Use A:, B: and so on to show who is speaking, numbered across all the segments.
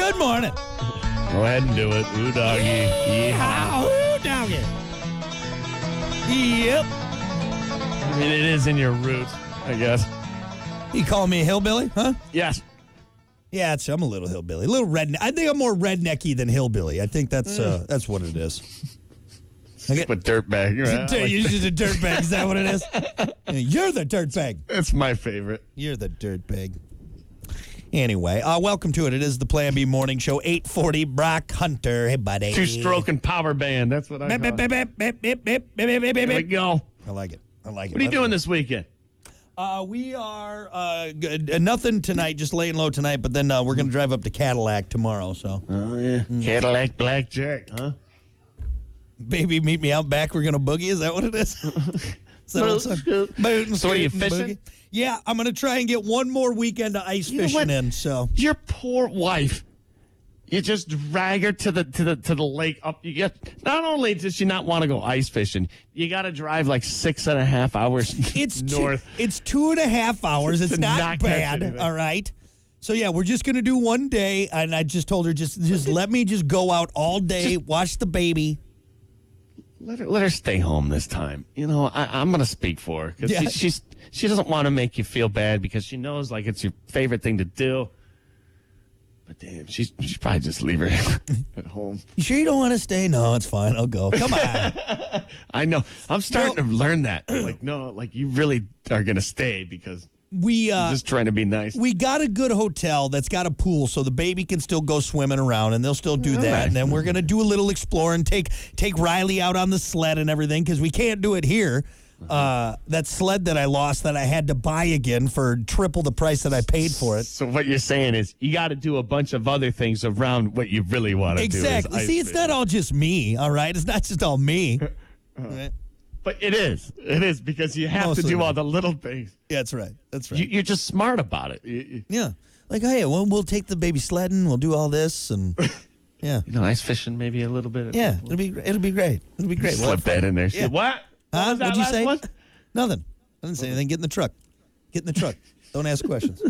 A: Good morning.
B: Go ahead and do it. Ooh, doggy. Yeah.
A: Ow, doggy. Yep.
B: I mean, it is in your roots, I guess.
A: You call me a hillbilly, huh?
B: Yes.
A: Yeah, it's, I'm a little hillbilly, a little redneck. I think I'm more rednecky than hillbilly. I think that's uh, that's what it is. I get,
B: But dirtbag. You're right. I
A: Dude,
B: like
A: you're just a dirtbag. Is that what it is? You're the dirtbag.
B: that. That's my favorite.
A: You're the dirtbag. Anyway, uh, welcome to it. It is the Plan B Morning Show, 840 Brock Hunter. Hey, buddy.
B: Two stroke and power band. That's what I
A: Bip,
B: call
A: bip,
B: it.
A: bip, bip, bip, bip, bip, bip, bip, bip,
B: There we
A: bip.
B: go.
A: I like it. I like it.
B: What are you
A: Let's-
B: doing this weekend?
A: Uh, we are uh, good, uh, nothing tonight, just laying low tonight, but then uh, we're going to drive up to Cadillac tomorrow. So,
B: Oh, yeah.
A: Mm.
B: Cadillac Blackjack, huh?
A: baby, meet me out back. We're going to boogie. Is that what it is? Is that what it's-
B: Boot and
A: Boot and
B: So what are you,
A: scoot and
B: fishing?
A: boogie. Yeah, I'm going to try and get one more weekend of ice
B: know
A: fishing
B: what?
A: in. So,
B: Your poor wife. You just drag her to the to the to the lake up. You get not only does she not want to go ice fishing, you got to drive like six and a half hours
A: It's
B: north.
A: Two, it's two and a half hours. It's
B: To
A: not,
B: not catch
A: bad.
B: anything.
A: All right. So yeah, we're just gonna do one day, and I just told her just just let me just go out all day, watch the baby.
B: Let her let her stay home this time. You know, I, I'm gonna speak for her 'cause
A: Yeah.
B: she, she's she doesn't want to make you feel bad because she knows like it's your favorite thing to do. But damn, she's she probably just leave her at home.
A: You sure you don't want to stay? No, it's fine. I'll go. Come on.
B: I know. I'm starting to learn that. Like no, like you really are gonna stay because
A: we uh,
B: just trying to be nice.
A: we got a good hotel that's got a pool, so the baby can still go swimming around, and they'll still do that. And then we're gonna do a little exploring, take take Riley out on the sled and everything, because we can't do it here.
B: Mm-hmm.
A: Uh, that sled that I lost that I had to buy again for triple the price that I paid for it.
B: So what you're saying is you got to do a bunch of other things around what you really want to do.
A: Exactly.
B: is ice
A: See, it's
B: fishing. Uh-huh.
A: not all just me, all right? It's not just all me.
B: But it is. It is because you have to
A: Mostly
B: do all
A: not.
B: the little things.
A: Yeah, that's right. That's
B: You, you're just smart about it. You, you-
A: yeah. Like, hey, well, we'll take the baby sledding. We'll do all this, and yeah,
B: you know, ice fishing maybe a little bit.
A: yeah, it'll be it'll be great. It'll be great.
B: Slip that in there.
A: Yeah.
B: What?
A: Huh?
B: What was that
A: What'd you
B: last
A: say?
B: one?
A: Nothing. I didn't say anything. Get in the truck. Get in the truck. Don't ask questions.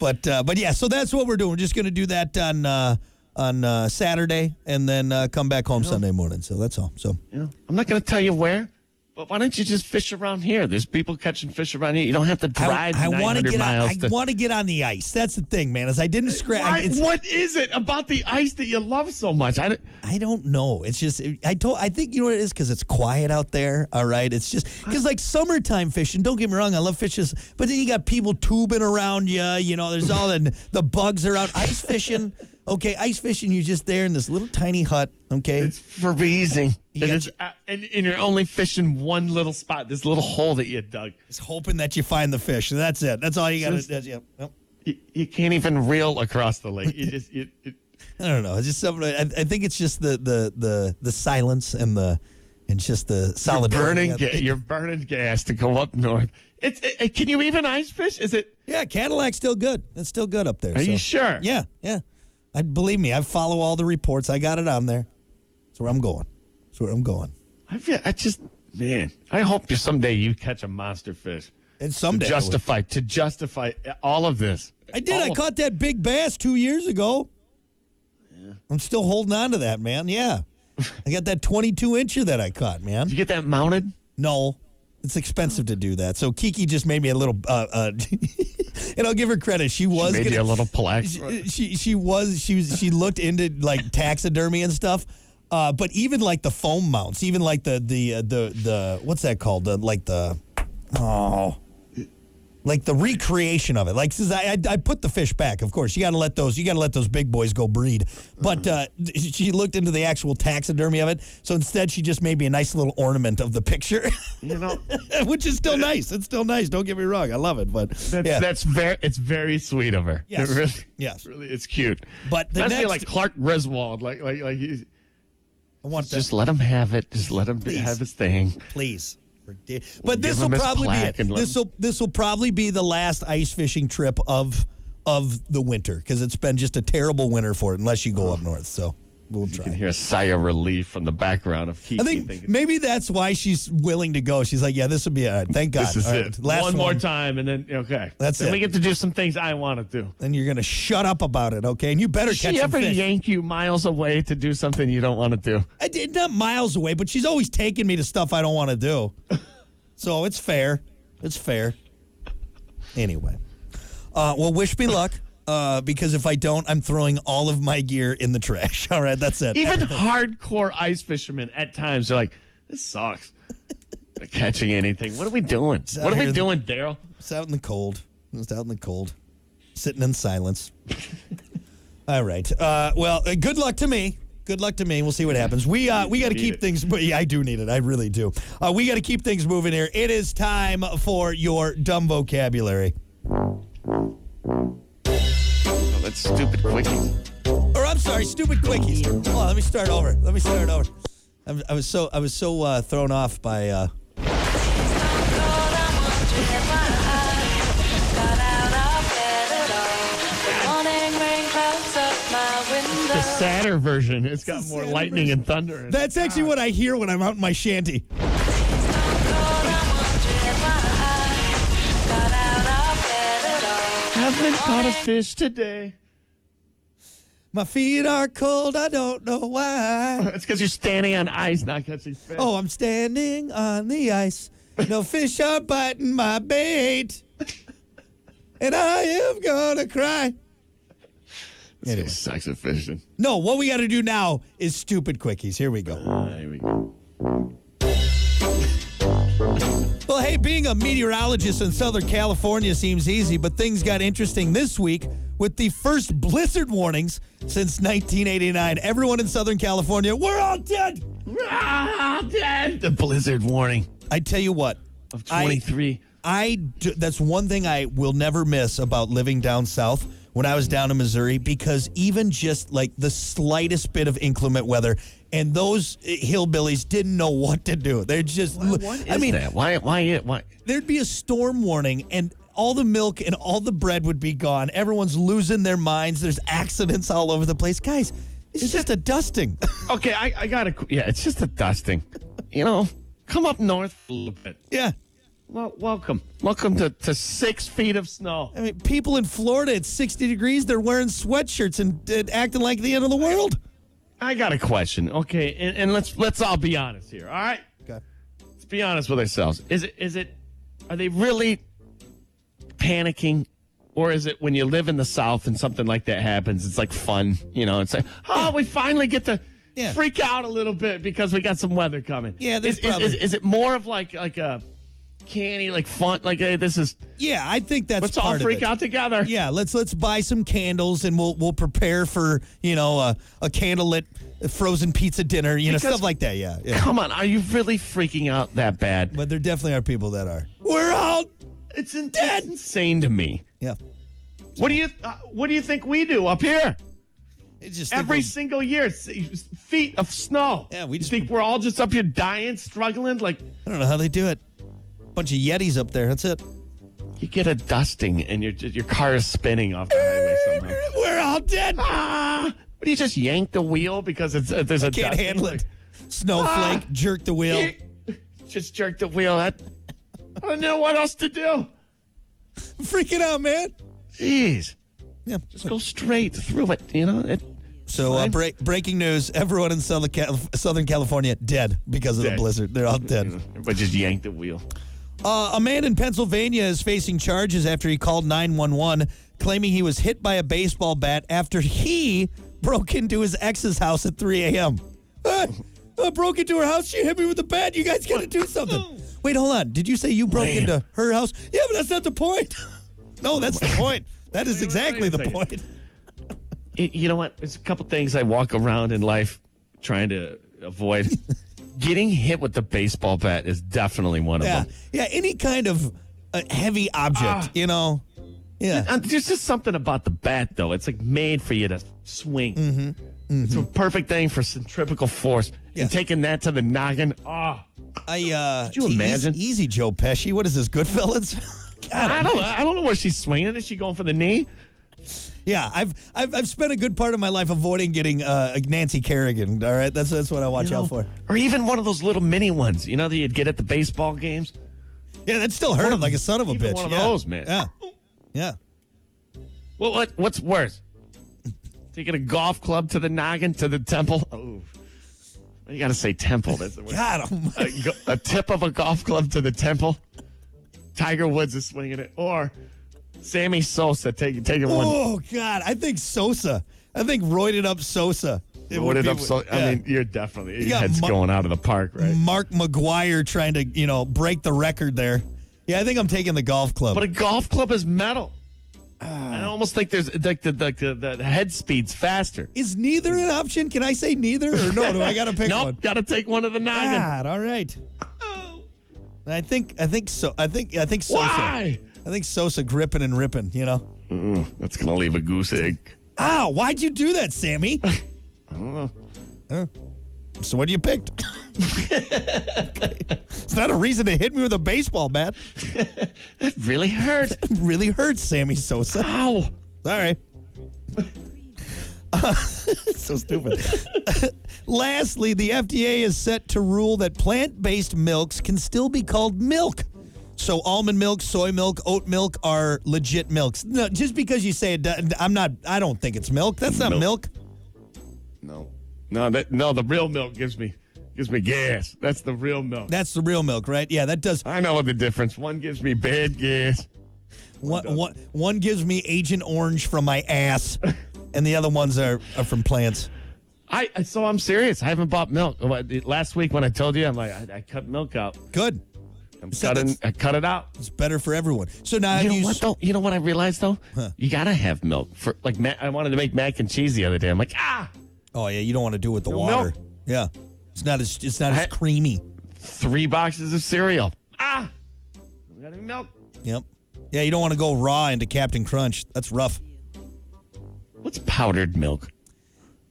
A: but uh, but yeah, so that's what we're doing. We're just gonna do that on uh, on uh, Saturday, and then uh, come back home Sunday morning. So that's all. So
B: You know, I'm not going to tell you where. But why don't you just fish around here? There's people catching fish around here. You don't have to drive
A: I, I wanna
B: 900
A: get
B: miles.
A: on, I
B: to,
A: want to get on the ice. That's the thing, man. Is I didn't scratch.
B: Why-
A: it's-
B: what is it about the ice that you love so much? I don't,
A: I don't know. It's just I told I think you know what it is because it's quiet out there. All right, it's just because like summertime fishing. Don't get me wrong, I love fishes, but then you got people tubing around you. You know, there's all the the bugs are out. Ice fishing, okay, ice fishing. You're just there in this little tiny hut. Okay,
B: It's freezing.
A: You
B: And,
A: got
B: it's, uh, and, and you're only fishing one little spot, this little hole that you dug.
A: just hoping that you find the fish. That's it. That's all you got to. Yeah. Yep.
B: You, you can't even reel across the lake. You just, you, it,
A: I don't know. It's just something. I, I think it's just the the the the silence and the and just the
B: you're
A: solidarity.
B: burning,
A: out
B: ga-
A: there.
B: you're burning gas to go up north. It's, it, it- can you even ice fish? Is it?
A: Yeah, Cadillac's still good. It's still good up there.
B: Are you
A: so-
B: sure?
A: Yeah, yeah. I believe me. I follow all the reports. I got it on there. That's where I'm going. That's where I'm going.
B: I feel. I just, man. I hope you someday you catch a monster fish.
A: And
B: To
A: someday I will.
B: justify to justify all of this.
A: I did.
B: All
A: I
B: of-
A: caught that big bass two years ago. I'm still holding on to that, man. Yeah, I got that 22 incher that I caught, man.
B: Did you get that mounted?
A: No, it's expensive to do that. So Kiki just made me a little, uh, uh, and I'll give her credit. She was
B: Maybe
A: gonna-
B: a little plaque.
A: she, she she was she was she looked into like taxidermy and stuff. Uh, but even like the foam mounts, even like the the uh, the the what's that called? The like the oh, like the recreation of it. Like since I, I I put the fish back, of course you got to let those you got to let those big boys go breed. But uh, she looked into the actual taxidermy of it. So instead, she just made me a nice little ornament of the picture,
B: You know.
A: which is still nice. It's still nice. Don't get me wrong, I love it. But
B: That's,
A: yeah.
B: that's very it's very sweet of her.
A: Yes.
B: It really,
A: Yes.
B: really, it's cute.
A: But the
B: Especially
A: next-
B: like Clark Griswold, like like like he's,
A: I want that.
B: just let him have it. Just let him
A: Please.
B: have his thing.
A: please. Forgive- But
B: give
A: this will
B: him his
A: probably
B: plaque
A: be
B: and let
A: this will this will probably be the last ice fishing trip of of the winter because it's been just a terrible winter for it unless you go up north. So We'll
B: You can
A: try.
B: hear a sigh of relief from the background of Kiki.
A: I think
B: thinking,
A: maybe that's why she's willing to go. She's like, yeah, this would be all right. Thank God.
B: this is
A: All right,
B: it.
A: Last
B: one, more time, and then okay.
A: That's
B: then
A: it.
B: We get to do some things I want to do.
A: Then you're gonna shut up about it, okay? And you better
B: Does
A: catch
B: she
A: some
B: ever
A: fish.
B: yank you miles away to do something you don't want to do?
A: I did not miles away, but she's always taking me to stuff I don't want to do. so it's fair. It's fair. Anyway. Uh, well, wish me luck. Uh, because if I don't, I'm throwing all of my gear in the trash. All right, that's it.
B: Even hardcore ice fishermen at times are like, "This sucks." Not catching anything. What are we doing? What are we
A: here-
B: doing, Daryl?
A: It's out in the cold. It's out in the cold. Sitting in silence. All right. Uh, well, uh, good luck to me. Good luck to me. We'll see what happens. We uh, we got to
B: Need
A: keep
B: it.
A: things. But yeah, I do need it. I really do. Uh, we got to keep things moving here. It is time for your dumb vocabulary.
B: Oh, that's stupid quickie.
A: Or I'm sorry, stupid quickies. Hold on, let me start over. Let me start over. I'm, I was so I was so uh, thrown off by. Uh,
B: The sadder version. It's got
A: the
B: more
A: sadder
B: lightning and thunder. in it.
A: that's actually what I hear when I'm out in my shanty.
B: Haven't caught a fish today.
A: My feet are cold. I don't know why.
B: That's because you're standing on ice, not catching fish.
A: Oh, I'm standing on the ice. No fish are biting my bait. And I am gonna cry.
B: This guy sucks at fishing.
A: No, what we gotta do now is stupid quickies. Here we go.
B: Ah, here we go.
A: Well, hey, being a meteorologist in Southern California seems easy, but things got interesting this week with the first blizzard warnings since 1989. Everyone in Southern California, we're all dead.
B: Ah, Dad, the blizzard warning
A: I tell you what,
B: of
A: I-
B: 23.
A: I do, that's one thing I will never miss about living down south when I was down in Missouri because even just like the slightest bit of inclement weather and those eh, hillbillies didn't know what to do. They're just I mean
B: that? why? Why? it- Why?
A: there'd be a storm warning and all the milk and all the bread would be gone. Everyone's losing their minds. There's accidents all over the place. Guys, this is just a dusting.
B: Okay, I, I gotta. qu- Yeah, it's just a dusting. You know, come up north a little bit.
A: yeah.
B: Well, welcome, welcome to, to six feet of snow.
A: I mean, people in Florida, it's 60 degrees. They're wearing sweatshirts and, and acting like the end of the world.
B: I got a question. Okay, and, and let's let's all be honest here. All right,
A: Okay.
B: let's be honest with ourselves. Is it is it? Are they really panicking, or is it when you live in the South and something like that happens? It's like fun, you know. It's like oh, we finally get to.
A: Yeah.
B: Freak out a little bit because we got some weather coming.
A: Yeah,
B: is,
A: there's
B: is, is,
A: probably-
B: is it more of like like a canny like fun like hey, this is
A: Yeah, I think that's
B: Let's
A: part
B: all
A: of
B: freak
A: it.
B: out together.
A: Yeah, let's let's buy some candles and we'll we'll prepare for you know a, a candlelit frozen pizza dinner, you know
B: Because-
A: stuff like that. Yeah, yeah.
B: Come on, are you really freaking out that bad?
A: But there definitely are people that are. We're all
B: It's, in- it's insane to me.
A: yeah.
B: What do you uh, What do you think we do up here
A: It's just
B: every
A: like-
B: single year? s- Feet of snow.
A: Yeah, we
B: You
A: just-
B: think we're all just up here dying, struggling. Like
A: I don't know how they do it. Bunch of yetis up there. That's it.
B: you get a dusting and your your car is spinning off the highway somehow.
A: We're all dead.
B: Ah! What do you just yank the wheel because it's uh, there's a
A: Can't
B: dusting?
A: handle
B: Like,
A: it. Snowflake
B: Ah!
A: jerk the wheel.
B: Just jerk the wheel. I, I don't know what else to do.
A: Freaking out, man.
B: Jeez.
A: Yeah.
B: Just go straight through it, you know? It,
A: So uh,
B: fine.
A: break, breaking news: everyone in Southern, Cal- Southern California dead because of the
B: Dead.
A: blizzard. They're all dead.
B: but just yank the wheel.
A: Uh, a man in Pennsylvania is facing charges after he called 911 claiming he was hit by a baseball bat after he broke into his ex's house at 3 a.m. Uh, I broke into her house. She hit me with a bat. You guys got to do something. Wait, hold on. Did you say you broke
B: Man.
A: into her house? Yeah, but that's not the point. no, that's the point. That is
B: Wait, wait,
A: exactly
B: wait a
A: the
B: second.
A: point.
B: Y- You know what? There's a couple things I walk around in life trying to avoid. Getting hit with the baseball bat is definitely one of
A: Yeah.
B: them.
A: Yeah, any kind of uh, heavy object,
B: Ah.
A: you know? Yeah.
B: And there's just something about the bat, though. It's like made for you to swing.
A: Mm-hmm.
B: It's a perfect thing for centrifugal force.
A: Yeah.
B: And taking that to the noggin, ah.
A: I, uh,
B: you
A: geez,
B: imagine?
A: Easy, Joe Pesci. What is this, Goodfellas? God,
B: I don't. I don't know where she's swinging. Is she going for the knee?
A: Yeah, I've, I've I've spent a good part of my life avoiding getting uh, Nancy Kerrigan. All right, that's that's what I watch
B: you know,
A: out for.
B: Or even one of those little mini ones, you know, that you'd get at the baseball games.
A: Yeah, that still hurt him like a son of a
B: even
A: bitch.
B: one of
A: yeah.
B: those, man.
A: Yeah, yeah.
B: What, what what's worse? Taking a golf club to the noggin to the temple. Oh, you got to say temple. That's the word.
A: God, oh my-
B: a, go- a tip of a golf club to the temple. Tiger Woods is swinging it, or Sammy Sosa taking taking one.
A: oh God, I think Sosa. I think roided up Sosa. It would
B: What it
A: be-
B: up? So,
A: yeah.
B: I mean, you're definitely your
A: got
B: head's
A: mu- Mm.
B: going out of the park, right?
A: Mark McGuire trying to you know break the record there. Yeah, I think I'm taking the golf club.
B: But a golf club is metal.
A: Ah.
B: I almost think there's like the like the, the, the head speed's faster.
A: Is neither an option? Can I say neither or no? Do I got to pick
B: nope, Oh.
A: one? Ah,
B: got to take one of the noggin.
A: God, all right. I think I think so. I think I think Sosa.
B: Why?
A: I think Sosa gripping and ripping. You know.
B: That's gonna leave a goose egg.
A: Ow! Why'd you do that, Sammy? Huh. So what do you picked? Okay. It's not a reason to hit me with a baseball bat.
B: That really hurt.
A: It really hurts, Sammy Sosa.
B: Ow.
A: Sorry. so stupid. Lastly, the FDA is set to rule that plant based milks can still be called milk. So almond milk, soy milk, oat milk are legit milks. No, just because you say it, do- I'm not. I don't think it's milk. That's not
B: Nope.
A: milk.
B: No. No, that no, the real milk gives me gives me gas. That's the real milk.
A: That's the real milk, right? Yeah, that does.
B: I know what the difference. One gives me bad gas.
A: One,
B: doesn't.
A: one, one gives me Agent Orange from my ass, and the other ones are, are from plants.
B: I I- so I'm serious. I haven't bought milk. Oh, I- Last week when I told you, I'm like I, I cut milk out.
A: Good.
B: I'm
A: So
B: cutting.
A: that's-
B: I cut it out.
A: It's better for everyone. So now
B: You
A: you,
B: know
A: s-
B: what though? You know what I realized though? You gotta have milk for like. Ma- I wanted to make mac and cheese the other day. I'm like ah,
A: Oh yeah, you don't want to do it with the
B: No
A: water.
B: milk.
A: Yeah, it's not as it's not as
B: I-
A: creamy.
B: three boxes of cereal. Ah, we gotta have milk.
A: Yep. Yeah, you don't want to go raw into Captain Crunch. That's rough.
B: What's powdered milk?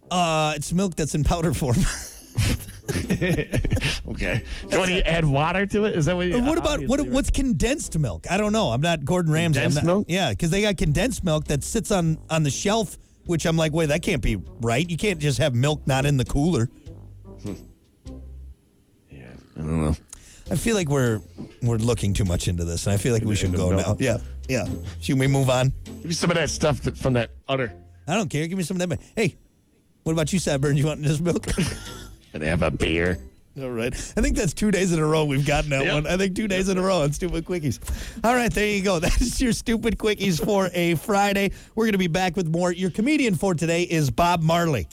A: Uh, it's milk that's in powder form.
B: Okay. So what do you add water to it? Is that what? you
A: what about what?
B: obviously,
A: What's condensed milk? I don't know. I'm not Gordon Ramsay. I'm
B: Condensed
A: not-
B: milk?
A: Yeah, because they got condensed milk that sits on on the shelf, which I'm like, wait, that can't be right. You can't just have milk not in the cooler.
B: right? Yeah, I don't know.
A: I feel like we're we're looking too much into this, and I feel like we should
B: Into
A: go
B: milk.
A: now. Yeah, yeah. Should we move on?
B: Give me some of that stuff that, from that udder.
A: I don't care. Give me some of that. milk. Hey, what about you, Sideburn? You want this milk?
B: And have a beer.
A: All right. I think that's two days in a row we've gotten that
B: Yep.
A: one. I think two days in a row on Stupid Quickies. All right, there you go. That is your Stupid Quickies for a Friday. We're going to be back with more. Your comedian for today is Bob Marley.